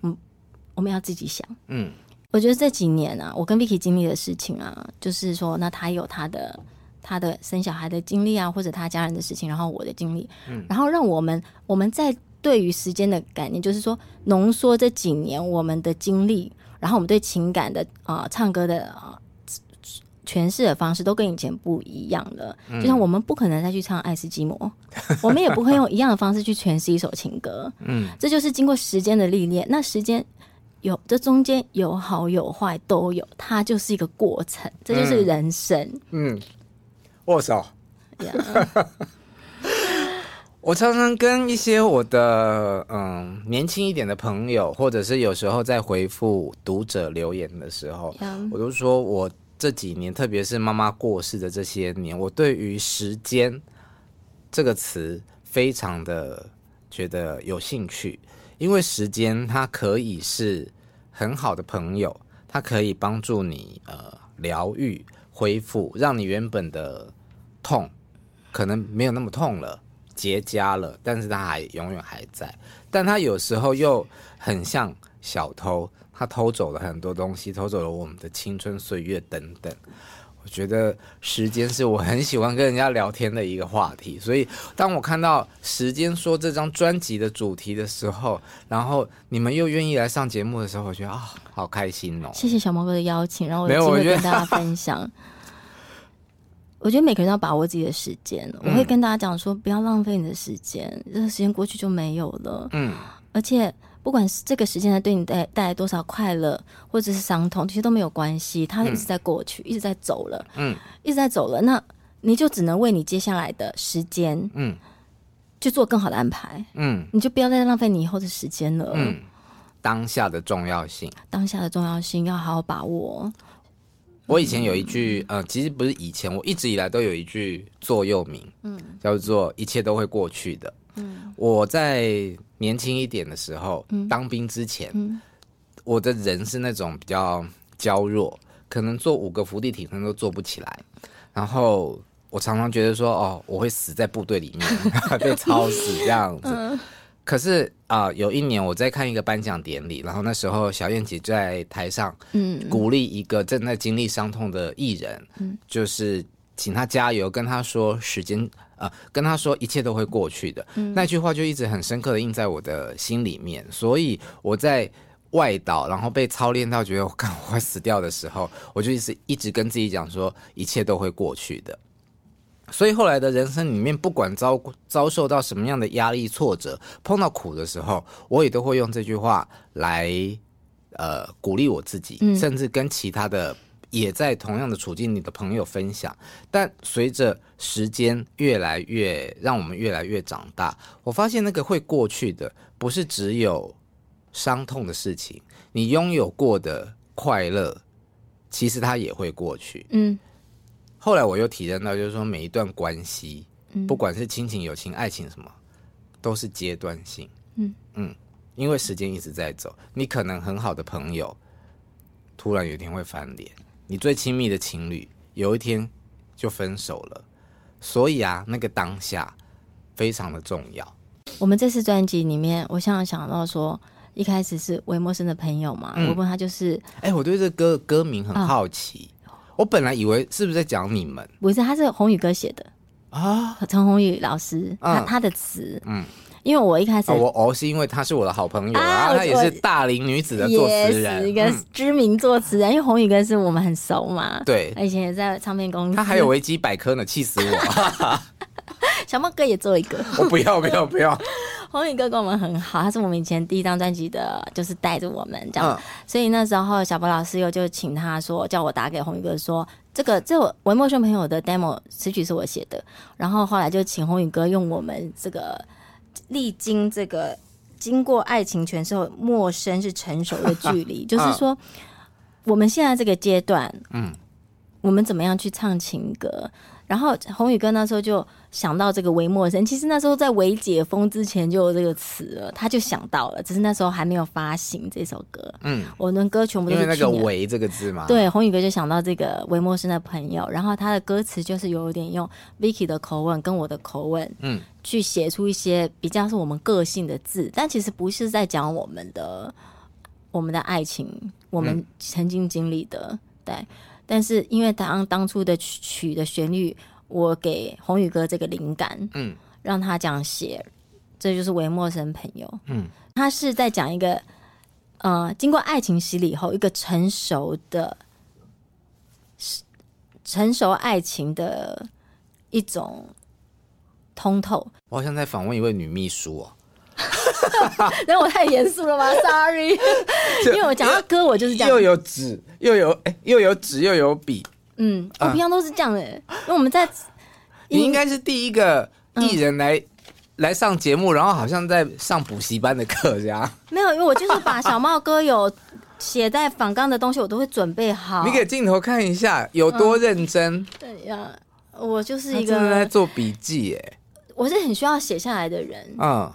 B: 我们要自己想。
A: 嗯
B: 我觉得这几年啊，我跟 Vicky 经历的事情啊，就是说，那他有他的他的生小孩的经历啊，或者他家人的事情，然后我的经历，
A: 嗯
B: 然后让我们我们在对于时间的概念，就是说浓缩这几年我们的经历，然后我们对情感的啊、呃唱歌的啊、诠释的方式都跟以前不一样了。就像我们不可能再去唱《爱斯基摩》我们也不会用一样的方式去诠释一首情歌。
A: 嗯，
B: 这就是经过时间的历练。那时间有这中间有好有坏都有，它就是一个过程，这就是人生。
A: 嗯，握手。
B: Yeah
A: 我常常跟一些我的嗯年轻一点的朋友，或者是有时候在回复读者留言的时候，
B: Yeah
A: 我都说我这几年，特别是妈妈过世的这些年，我对于“时间”这个词非常的觉得有兴趣，因为时间它可以是很好的朋友，它可以帮助你呃疗愈、恢复，让你原本的痛可能没有那么痛了。结痂了，但是它还永远还在。但它有时候又很像小偷，他偷走了很多东西，偷走了我们的青春岁月等等。我觉得时间是我很喜欢跟人家聊天的一个话题，所以当我看到《时间说》这张专辑的主题的时候，然后你们又愿意来上节目的时候，我觉得啊、好开心哦！
B: 谢谢小猫哥的邀请，让我
A: 没
B: 有
A: 有
B: 机
A: 我
B: 会
A: 觉得
B: 跟大家 分享。我觉得每个人都要把握自己的时间，
A: 嗯
B: 我会跟大家讲说，不要浪费你的时间，这个时间过去就没有了。
A: 嗯
B: 而且不管是这个时间它对你带带来多少快乐，或者是伤痛，其实都没有关系，它一直在过去，一直在走了，
A: 嗯
B: 一直在走了。那你就只能为你接下来的时间
A: 嗯
B: 去做更好的安排，
A: 嗯
B: 你就不要再浪费你以后的时间了。
A: 嗯，当下的重要性。
B: 当下的重要性要好好把握。
A: 我以前有一句，呃，其实不是以前，我一直以来都有一句座右铭，嗯，叫做“一切都会过去的”。嗯，我在年轻一点的时候，当兵之前，我的人是那种比较娇弱，可能做五个伏地挺身都做不起来，然后我常常觉得说，哦，我会死在部队里面， 被操死这样 子。可是啊、有一年我在看一个颁奖典礼，然后那时候小燕姐在台上，
B: 嗯
A: 鼓励一个正在经历伤痛的艺人，就是请他加油，跟他说时间，呃，跟他说一切都会过去的。那句话就一直很深刻的印在我的心里面，所以我在。外岛，然后被操练到觉得我干我快死掉的时候，我就一直一直跟自己讲说，一切都会过去的。所以后来的人生里面，不管遭遭受到什么样的压力、挫折，碰到苦的时候，我也都会用这句话来呃鼓励我自己，
B: 嗯
A: 甚至跟其他的也在同样的处境里的朋友分享。但随着时间越来越让我们越来越长大，我发现那个会过去的，不是只有伤痛的事情，你拥有过的快乐，其实它也会过去。
B: 嗯
A: 后来我又体验到，就是说每一段关系，不管是亲情、友情、爱情什么，都是阶段性。
B: 嗯
A: 因为时间一直在走，你可能很好的朋友，突然有一天会翻脸；你最亲密的情侣，有一天就分手了。所以啊，那个当下非常的重要。
B: 我们这次专辑里面，我想想到说，一开始是韦默生的朋友嘛，
A: 嗯
B: 我问他就是
A: 哎，我对这歌歌名很好奇，我本来以为是不是在讲你们
B: 不是他是宏宇哥写的，
A: 啊？
B: 陈宏宇老师他、
A: 嗯
B: 他的词，
A: 嗯
B: 嗯，因为我一开始
A: 哦，我哦是因为她是我的好朋友
B: 啊
A: 啊，
B: 我
A: 她也
B: 我
A: 是大龄女子的作词人，
B: 一个
A: 嗯
B: 知名作词人，因为宏宇哥是我们很熟嘛，
A: 对
B: 他以前也在唱片公司，
A: 他还有维基百科呢，气死我！
B: 小猫哥也做一个，
A: 我不要不要不要！
B: 宏宇哥跟我们很好，他是我们以前第一张专辑的，就是带着我们这样，
A: 嗯
B: 所以那时候小博老师又就请他说，叫我打给宏宇哥说，这个这我文墨轩朋友的 demo 词曲是我写的，然后后来就请宏宇哥用我们这个历经这个经过爱情诠释后，陌生是成熟的 距离，就是说我们现在这个阶段，
A: 嗯
B: 嗯，我们怎么样去唱情歌？然后宏宇哥那时候就想到这个“微陌生”，其实那时候在“微解封”之前就有这个词了，他就想到了，只是那时候还没有发行这首歌。
A: 嗯，
B: 我们歌全部都
A: 因
B: 是
A: 为那个“
B: 去年
A: 维”这个字嘛，，
B: 对，宏宇哥就想到这个韦默生的朋友，然后他的歌词就是有点用 Vicky 的口吻跟我的口吻，
A: 嗯
B: 嗯，去写出一些比较是我们个性的字，但其实不是在讲我们的我们的爱情，我们曾经经历的，对。但是因为当当初的曲曲的旋律，我给宏宇哥这个灵感，
A: 嗯
B: 嗯，让他这样写，这就是韦默生朋友，
A: 嗯
B: 嗯，他是在讲一个。呃，经过爱情洗礼后，一个成熟的、成熟爱情的一种通透。
A: 我好像在访问一位女秘书哦，
B: 然后我太严肃了 吗？Sorry，因为我讲到歌，我就是这
A: 又
B: 样。
A: 有纸又有哎又有纸又有笔，
B: 嗯，
A: 啊
B: 我平常都是这样的、因为我 们在
A: 你
B: 因嗯
A: 应该是第一个艺人来来上节目，然后好像在上补习班的课这样。
B: 没有，因为我就是把小茂哥有写在仿纲的东西，我都会准备好。
A: 你给镜头看一下有多认真，
B: 对呀，我就是
A: 他
B: 一
A: 真的在
B: 个，
A: 做笔记耶。
B: 我是很需要写下来的人。
A: 嗯，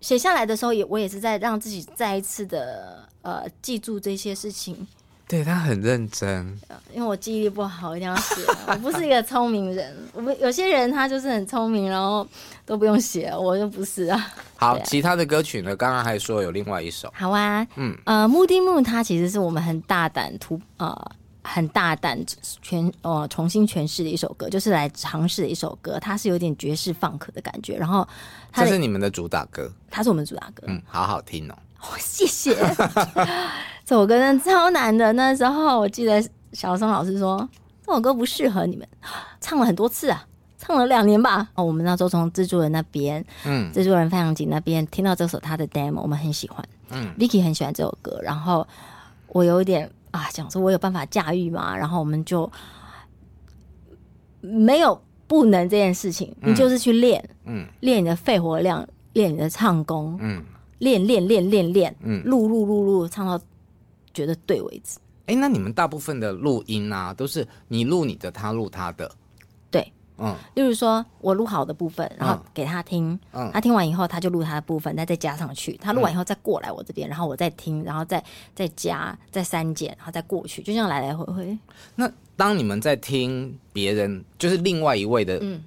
B: 写下来的时候也，我也是在让自己再一次的呃记住这些事情。
A: 对他很认真，
B: 因为我记忆力不好，一定要写。 我不是一个聪明人，我们有些人他就是很聪明，然后都不用写，我就不是啊。
A: 好，
B: 对啊
A: 其他的歌曲呢？刚刚还说有另外一首，
B: 好啊，
A: 嗯
B: 嗯，呃，目的木它其实是我们很大胆突呃很大胆全呃重新诠释的一首歌，就是来尝试的一首歌，它是有点爵士放克的感觉，然后它
A: 这
B: 的
A: 是你们的主打歌，
B: 它是我们主打歌，
A: 嗯，好好听哦。
B: 哦，谢谢。 这首歌真的超难的，那时候我记得小松老师说这首歌不适合你们，唱了很多次啊，唱了两年吧。哦，我们那时候从制作人那边，
A: 嗯
B: 嗯，制作人范扬景那边听到这首他的 demo，我们很喜欢，
A: 嗯
B: 嗯，Vicky 很喜欢这首歌，然后我有一点啊，想说我有办法驾驭吗？然后我们就没有。不能这件事情，你就是去练，
A: 嗯
B: 练你的肺活量，练你的唱功，
A: 嗯，
B: 练练练练练，
A: 嗯
B: 录录录录，唱到觉得对为止。
A: 哎、那你们大部分的录音啊，都是你录你的，他录他的，
B: 对，
A: 嗯
B: 例如说我录好的部分，然后
A: 嗯
B: 给他听，
A: 嗯
B: 他听完以后他就录他的部分，再再加上去，他录完以后再过来我这边，然后我再听，然后再再加再删减，然后再过去，就这样来来回回。
A: 那当你们在听别人，就是另外一位的
B: 嗯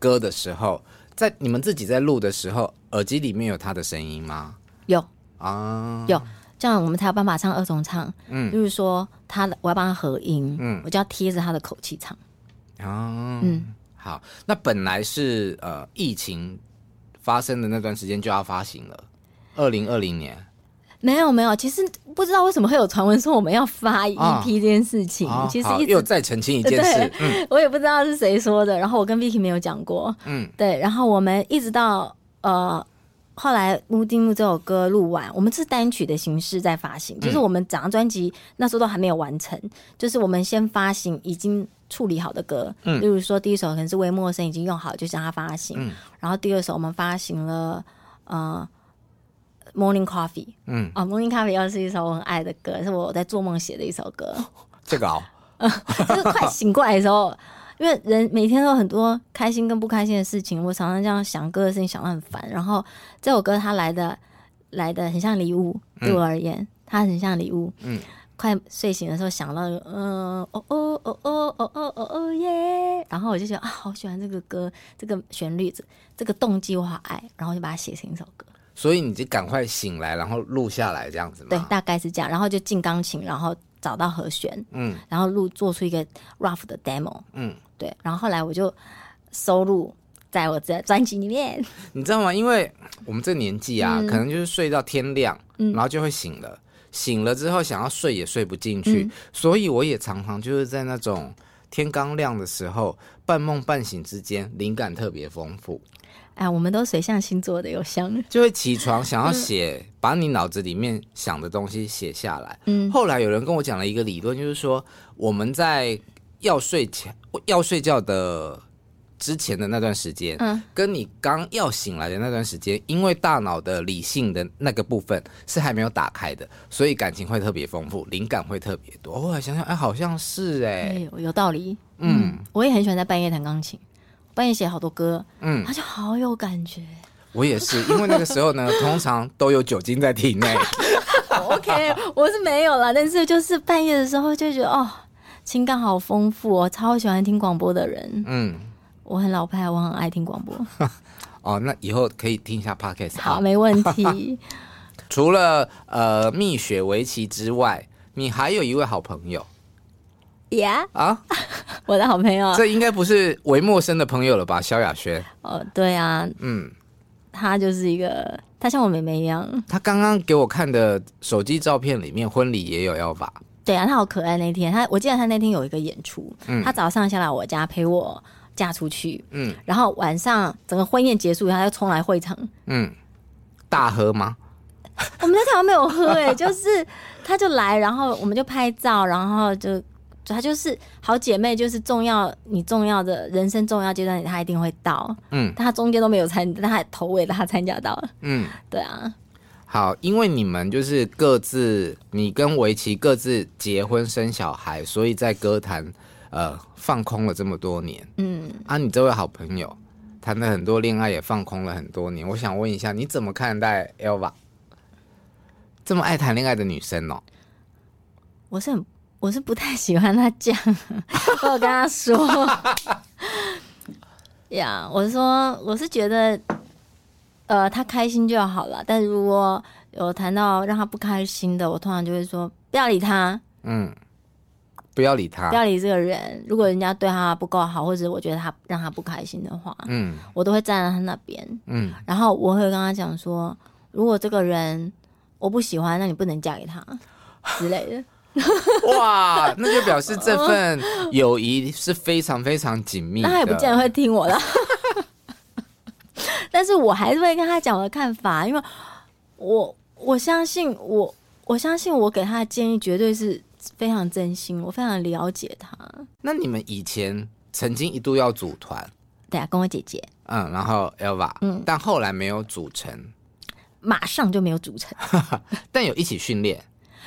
A: 歌的时候，在你们自己在录的时候，耳机里面有他的声音吗？
B: 有
A: 啊，
B: 有，这样我们才有办法唱二重唱。
A: 嗯
B: 就是说他的我要帮他合音，
A: 嗯
B: 我就要贴着他的口气唱。
A: 啊，
B: 嗯
A: 好，那本来是呃疫情发生的那段时间就要发行了，二零二零年
B: 没有没有，其实不知道为什么会有传闻说我们要发
A: 啊
B: EP 这件事情，
A: 啊
B: 其实
A: 好
B: 一
A: 又
B: 直
A: 再澄清一件事，嗯
B: 我也不知道是谁说的，然后我跟 Vicky 没有讲过，
A: 嗯
B: 对，然后我们一直到呃后来《乌丁木》这首歌录完，我们是单曲的形式在发
A: 嗯
B: 行，就是我们整张专辑那时候都还没有完成，就是我们先发行已经处理好的歌，
A: 嗯
B: 例如说第一首可能是《微陌生》已经用好，就让它发行，
A: 嗯
B: 然后第二首我们发行了呃《Morning Coffee》
A: 嗯，
B: 啊，《Morning Coffee》又是一首我很爱的歌，是我在做梦写的一首歌。
A: 这个哦，
B: 就是快醒过来的时候，因为人每天都有很多开心跟不开心的事情，我常常这样想歌的事情想到很烦。然后这首歌它来的来的很像礼物，对我而言，它很像礼物。
A: 嗯
B: 快睡醒的时候想到，嗯，哦哦哦哦哦哦哦哦耶，然后我就觉得啊，好喜欢这个歌，这个旋律，这这个动机我好爱，然后就把它写成一首歌。
A: 所以你就赶快醒来，然后录下来这样子嘛，
B: 对，大概是这样，然后就进钢琴，然后找到和弦，
A: 嗯
B: 然后录做出一个 rough 的 demo，
A: 嗯，
B: 对，然后后来我就收录在我的专辑里面。
A: 你知道吗？因为我们这年纪啊，
B: 嗯
A: 可能就是睡到天亮，
B: 嗯
A: 然后就会醒了。醒了之后想要睡也睡不进去，
B: 嗯
A: 所以我也常常就是在那种天刚亮的时候，半梦半醒之间，灵感特别丰富，
B: 哎，我们都水象星座的，有相。
A: 就会起床想
B: 嗯
A: 要写，把你脑子里面想的东西写下来。
B: 嗯
A: 后来有人跟我讲了一个理论，就是说我们在要睡前要睡觉的之前的那段时间，
B: 嗯
A: 跟你刚要醒来的那段时间，因为大脑的理性的那个部分是还没有打开的，所以感情会特别丰富，灵感会特别多。后来想想，哎，好像是哎、
B: 哎呦，有道理。
A: 嗯，
B: 我也很喜欢在半夜弹钢琴，半夜写好多歌，
A: 嗯
B: 它就好有感觉。
A: 我也是，因为那个时候呢，通常都有酒精在体内。
B: OK，我是没有啦，但是就是半夜的时候就觉得哦，情感好丰富哦，超喜欢听广播的人。
A: 嗯，
B: 我很老派，我很爱听广播。
A: 哦，那以后可以听一下 podcast 啊。
B: 好，没问 题。
A: 除了呃蜜雪维奇之外，你还有一位好朋友
B: Yeah，
A: 啊，
B: 我的好朋友。
A: 这应该不是为陌生的朋友了吧？萧亚轩，
B: 哦，对啊，
A: 嗯，
B: 她就是一个，她像我妹妹一样。
A: 他刚刚给我看的手机照片里面，婚礼也有要吧？
B: 对啊，他好可爱。那天他，我记得他那天有一个演出，
A: 嗯
B: 他早上先来我家陪我嫁出去，
A: 嗯
B: 然后晚上整个婚宴结束以后，他就冲来会场。
A: 嗯，大喝吗？
B: 我们那场没有喝、 哎，就是他就来，然后我们就拍照，然后就。就她就是好姐妹，就是重要你重要的人生重要阶段，她一定会到。
A: 嗯
B: 但她中间都没有参，但她头尾她参加到了。
A: 嗯，
B: 对啊，
A: 好，因为你们就是各自，你跟围棋各自结婚生小孩，所以在歌坛呃放空了这么多年
B: 嗯，
A: 啊。你这位好朋友谈了很多恋爱，也放空了很多年。我想问一下，你怎么看待 Elva 这么爱谈恋爱的女生哦？
B: 我是很我是不太喜欢他讲， 我有跟他说，呀我说我是觉得，呃，他开心就好了。但如果有谈到让他不开心的，我通常就会说不要理他，
A: 嗯，不要理
B: 不
A: 他。
B: 要理这个人。如果人家对他不够好，或者我觉得他让他不开心的话，
A: 嗯
B: 我都会站在他那边，
A: 嗯
B: 然后我会跟他讲说，如果这个人我不喜欢，那你不能嫁给他之类的。
A: 哇，那就表示这份友谊是非常非常紧密的。
B: 那他也不见得会听我的。 但是我还是会跟他讲我的看法，因为我我相信我，我相信我给他的建议绝对是非常真心，我非常了解他。
A: 那你们以前曾经一度要组团，
B: 对啊，跟我姐姐
A: 嗯，然后 Elva，但
B: 嗯
A: 后来没有组成，
B: 马上就没有组成。
A: 但有一起训练，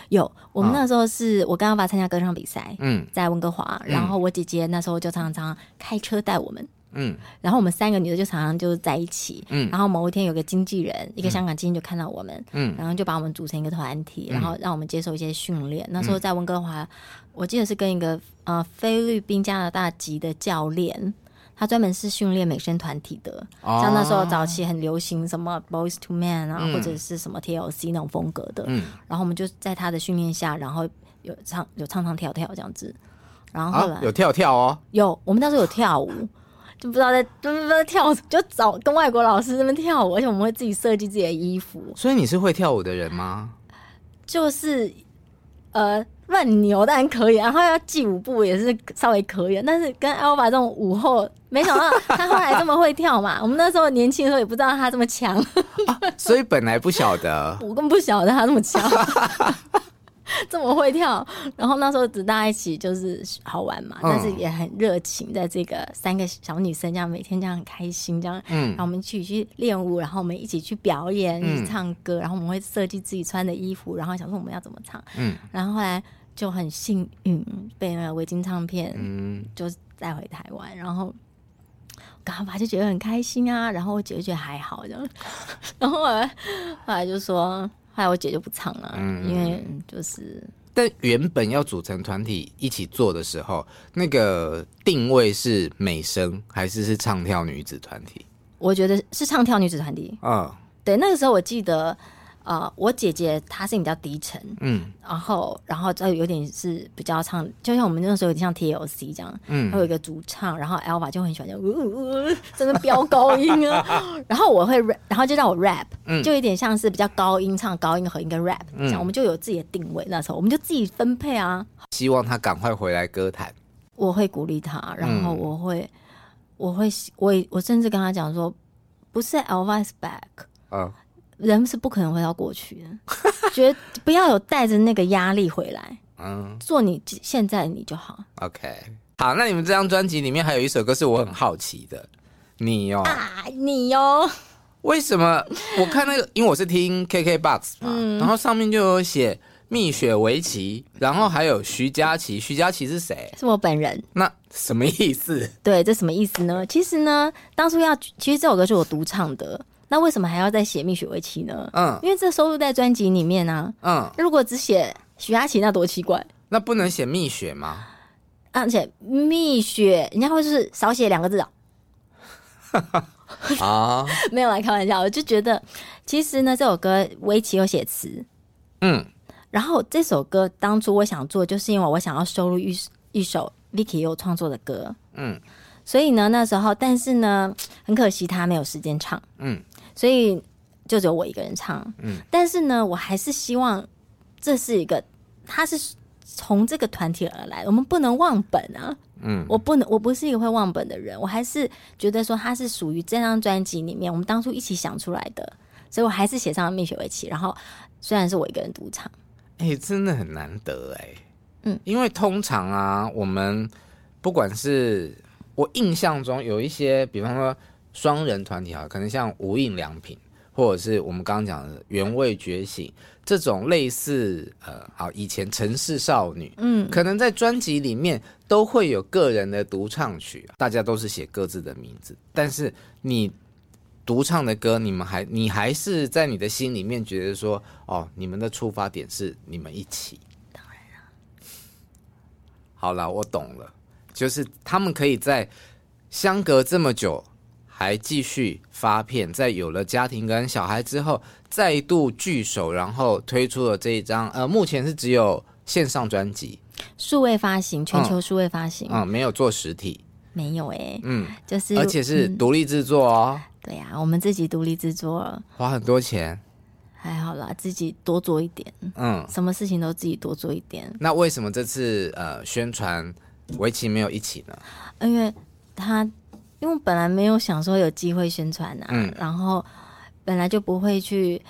B: 有，我
A: 哦
B: 们那时候是我跟阿爸参加歌唱比赛，
A: 嗯
B: 在温哥华，然后我姐姐那时候就常常开车带我们。
A: 嗯
B: 然后我们三个女的就常常就在一起，
A: 嗯
B: 然后某一天有个经纪人，一个香港经纪人就看到我们，
A: 嗯
B: 然后就把我们组成一个团体，然后让我们接受一些训练。那时
A: 嗯
B: 候在温哥华，我记得是跟一个呃菲律宾、加拿大籍的教练。他专门是训练美声团体的，
A: 哦
B: 像那时候早期很流行什么 Boys to Men 啊，
A: 嗯
B: 或者是什么 TLC 那种风格的。
A: 嗯，
B: 然后我们就在他的训练下，然后有唱有唱唱跳跳这样子。然后后来、
A: 啊，有跳跳哦，
B: 有，我们那时候有跳舞，就不知道在就不知道在跳什么，就找跟外国老师那边跳舞，而且我们会自己设计自己的衣服，
A: 所以你是会跳舞的人 吗？
B: 就是呃乱扭当然可以，然后要记舞步也是稍微可以，但是跟 Elva 这种舞后，没想到他后来这么会跳嘛。我们那时候年轻的时候也不知道他这么强，，
A: 所以本来不晓得
B: 我更不晓得他这么强。 这么会跳，然后那时候只大家一起就是好玩嘛，但是
A: 嗯
B: 也很热情，在这个三个小女生这样每天这样很开心这样，
A: 嗯
B: 然后我们一起去练舞，然后我们一起去表演、
A: 嗯
B: 一起唱歌，然后我们会设计自己穿的衣服，然后想说我们要怎么唱，
A: 嗯
B: 然后后来就很幸运被那个维京唱片
A: 嗯
B: 就是带回台湾，然后。跟阿爸就觉得很开心啊，然后我姐就觉得还好这样， 然后后来后来就说，后来我姐就不唱了，
A: 嗯
B: 因为嗯就是
A: 但原本要组成团体一起做的时候，那个定位是美声还是是唱跳女子团体？
B: 我觉得是唱跳女子团体，
A: 嗯
B: 对，那个时候我记得，呃，我姐姐她声音比较低沉，
A: 嗯
B: 然后，然后再有点是比较唱，就像我们那时候有点像 TLC 这样，还有
A: 嗯
B: 一个主唱，然后 Elva 就很喜欢这样，呜呜呜，真的飙高音 啊。然后我会 rap，然后就让我 rap，、
A: 嗯
B: 就有点像是比较高音唱高音和一个 rap，这样、
A: 嗯
B: 我们就有自己的定位。那时候我们就自己分配啊，
A: 希望他赶快回来歌坛。
B: 我会鼓励他，然
A: 嗯
B: 后我会，我会，我也我甚至跟他讲说，不是 Elva is back，
A: 嗯，
B: 人是不可能回到过去的，觉得不要有带着那个压力回来。
A: 嗯
B: 做你现在你就好。
A: ，OK，好，那你们这张专辑里面还有一首歌是我很好奇的，你哦，
B: 啊，你哟、
A: 为什么？我看那个，因为我是听 KKBOX 嘛，然后上面就有写蜜雪维奇，然后还有徐佳琪，徐佳琪是谁？
B: 是我本人。
A: 那什么意思？
B: 对，这什么意思呢？其实呢，当初要其实这首歌是我独唱的，那为什么还要再写蜜雪薇琪呢？
A: 嗯
B: 因为这收录在专辑里面啊。
A: 嗯，
B: 如果只写徐佳琪，那多奇怪。
A: 那不能写蜜雪吗？
B: 而且蜜雪，人家会是少写两个字啊，
A: 啊，
B: 没有来开玩笑。我就觉得，其实呢，这首歌薇琪有写词，
A: 嗯
B: 然后这首歌当初我想做，就是因为我想要收录一一首 Vicky 有创作的歌，
A: 嗯
B: 所以呢，那时候，但是呢，很可惜他没有时间唱，
A: 嗯
B: 所以就只有我一个人唱。
A: 嗯
B: 嗯，但是呢，我还是希望这是一个，他是从这个团体而来，我们不能忘本啊。
A: 嗯
B: 我不能，我不是一个会忘本的人，我还是觉得说他是属于这张专辑里面我们当初一起想出来的，所以我还是写上了蜜雪薇琪。然后虽然是我一个人独唱，
A: 哎、真的很难得哎、
B: 嗯，
A: 因为通常啊，我们不管是我印象中有一些，比方说双人团体啊，可能像无印良品，或者是我们刚刚讲的原味觉醒这种类似呃，好以前城市少女，
B: 嗯，
A: 可能在专辑里面都会有个人的独唱曲，啊大家都是写各自的名字，但是你独唱的歌，你们还你还是在你的心里面觉得说，哦，你们的出发点是你们一起。当然了。好了，我懂了，就是他们可以在相隔这么久。还继续发片，在有了家庭跟小孩之后，再度聚首，然后推出了这一张，呃，目前是只有线上专辑，
B: 数位发行，全球数位发行，
A: 嗯，没有做实体，
B: 没有哎、
A: 嗯，
B: 就是
A: 而且是
B: 嗯
A: 独立制作哦，
B: 对呀、我们自己独立制作，
A: 花很多钱，
B: 还好啦，自己多做一点，
A: 嗯，
B: 什么事情都自己多做一点，
A: 那为什么这次呃宣传围棋没有一起呢？
B: 呃因为他因为我本来没有想说有机会宣传呐、
A: 嗯
B: 然后本来就不会去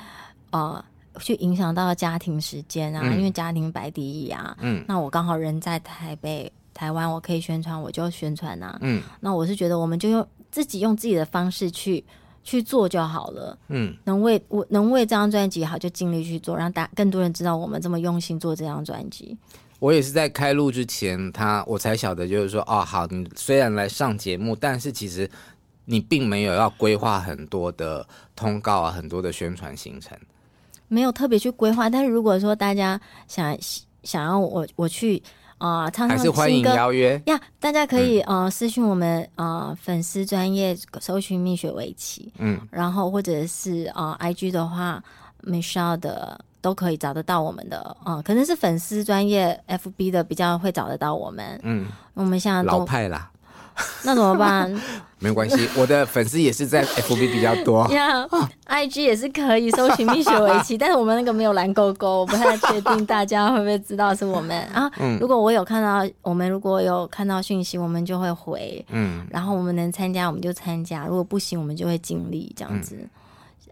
B: 呃去影响到家庭时间啊，
A: 嗯
B: 因为家庭摆第一啊，
A: 嗯
B: 那我刚好人在台北，台湾我可以宣传，我就宣传呐、
A: 嗯
B: 那我是觉得我们就用自己用自己的方式去去做就好了。
A: 嗯，
B: 能为我能为这张专辑好，就尽力去做，让大更多人知道我们这么用心做这张专辑。
A: 我也是在开录之前，他我才晓得，就是说，哦，好，你虽然来上节目，但是其实你并没有要规划很多的通告啊，很多的宣传行程。
B: 没有特别去规划，但是如果说大家想想要我我去啊、呃唱
A: 还
B: 唱
A: 是欢迎
B: 新歌
A: 邀嗯约。
B: 呀大家可以、呃私讯我们呃粉丝专业搜寻蜜雪围棋，
A: 嗯，
B: 然后或者是呃 IG 的话，Michelle 的都可以找得到我们的，呃，可能是粉丝专业 FB 的比较会找得到我们，
A: 嗯，
B: 我们现在
A: 老
B: 都
A: 派啦，
B: 那怎么办
A: 没关系，我的粉丝也是在 FB 比较 多。
B: 呀、i g 也是可以搜寻蜜雪围棋，但是我们那个没有蓝勾勾，我不太确定大家会不会知道是我们啊。如果我有看到，我们如果有看到讯息，我们就会回。
A: 嗯，
B: 然后我们能参加我们就参加，如果不行我们就会尽力这样子。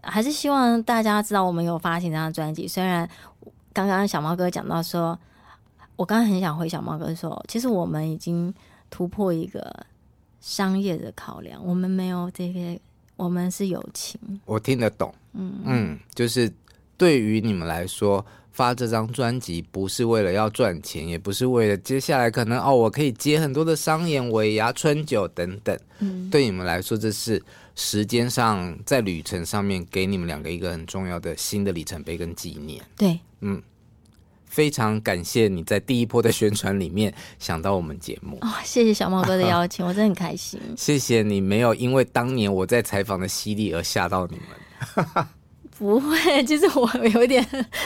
B: 还是希望大家知道我们有发行这张专辑，虽然刚刚小猫哥讲到说，我刚刚很想回小猫哥说，其实我们已经突破一个商业的考量，我们没有这些，我们是友情。
A: 我听得懂。嗯嗯，就是对于你们来说，发这张专辑不是为了要赚钱，也不是为了接下来可能哦，我可以接很多的商演、尾牙、春酒等等。
B: 嗯，
A: 对你们来说，这是时间上在旅程上面给你们两个一个很重要的新的里程碑跟纪念。
B: 对，
A: 非常感谢你在第一波的宣传里面想到我们节目。
B: 哦，谢谢小猫 哥的邀请，我真的很开心。
A: 谢谢你没有因为当年我在采访的犀利而吓到你们。
B: 不会，就是我有点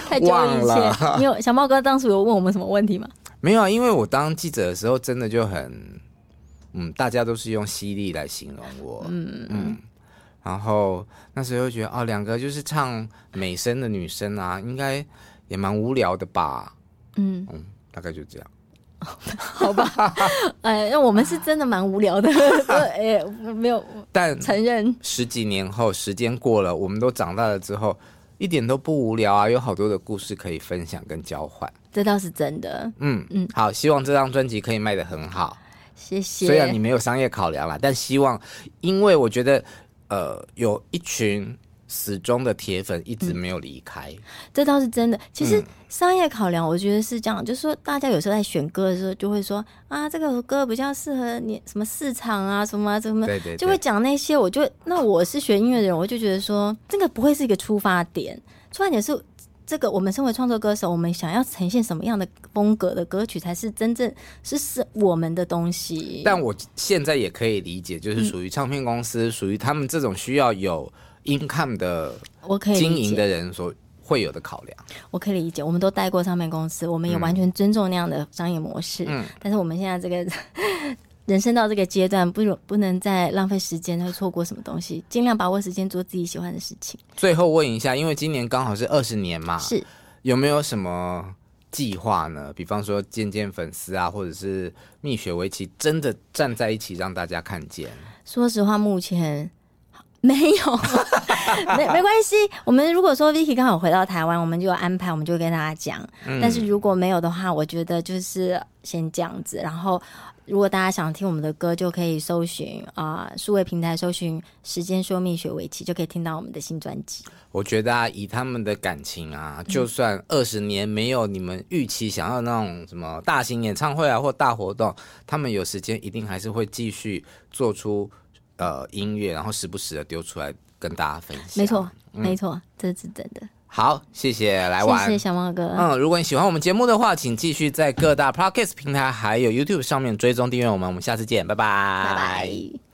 B: 太久以
A: 忘
B: 前，你有小猫哥当时有问我们什么问题吗？
A: 没有啊，因为我当记者的时候真的就很，嗯，大家都是用犀利来形容我，嗯然后那时候觉得哦，两个就是唱美声的女生啊，应该也蛮无聊的吧，
B: 嗯，
A: 嗯，大概就这样。
B: 哎，那我们是真的蛮 无聊的，哎，没有
A: 但
B: 承认。
A: 十几年后，时间过了，我们都长大了之后，一点都不无聊啊，有好多的故事可以分享跟交换。
B: 这倒是真的，
A: 嗯
B: 嗯
A: 嗯，好，希望这张专辑可以卖得很好。
B: 谢谢。
A: 虽然你没有商业考量啦，但希望，因为我觉得，呃，有一群死忠的铁粉一直没有离开。
B: 这倒是真的。其实
A: 嗯
B: 商业考量，我觉得是这样，就是说大家有时候在选歌的时候，就会说啊，这个歌比较适合你什么市场啊，什么啊什么，
A: 对对对
B: 就会讲那些。我就那我是学音乐的人，我就觉得说这个不会是一个出发点，出发点是。这个我们身为创作歌手，我们想要呈现什么样的风格的歌曲才是真正是是我们的东西？
A: 但我现在也可以理解，
B: 嗯
A: 就是属于唱片公司，属于他们这种需要有 income 的
B: 我可以理
A: 经营
B: 解
A: 的人所会有的考量。
B: 我可以理解，我们都待过唱片公司，我们也完全尊重那样的商业模式。
A: 嗯
B: 但是我们现在这个 人生到这个阶段，不容不能再浪费时间，会错过什么东西，尽量把握时间做自己喜欢的事情。
A: 最后问一下，因为今年刚好是二十年嘛，
B: 是
A: 有没有什么计划呢？比方说见见粉丝啊，或者是蜜雪围棋，真的站在一起让大家看见。
B: 说实话，目前。没 有，没没关系。我们如果说 Vicky 刚好回到台湾，我们就有安排，我们就会跟大家讲。
A: 嗯
B: 但是如果没有的话，我觉得就是先这样子。然后，如果大家想听我们的歌，就可以搜寻啊、数位平台搜寻“时间说蜜雪围棋”，就可以听到我们的新专辑。
A: 我觉得啊，以他们的感情啊，
B: 嗯
A: 就算二十年没有你们预期想要那种什么大型演唱会啊或大活动，他们有时间一定还是会继续做出呃音乐，然后时不时的丢出来跟大家分享。
B: 没错，，没错，这是真的。
A: 好，谢谢嗯来玩。
B: 谢谢小猫哥。
A: 嗯，如果你喜欢我们节目的话，请继续在各大 podcast 平台还有 YouTube 上面追踪订阅我们。我们下次见，拜拜，
B: 拜拜。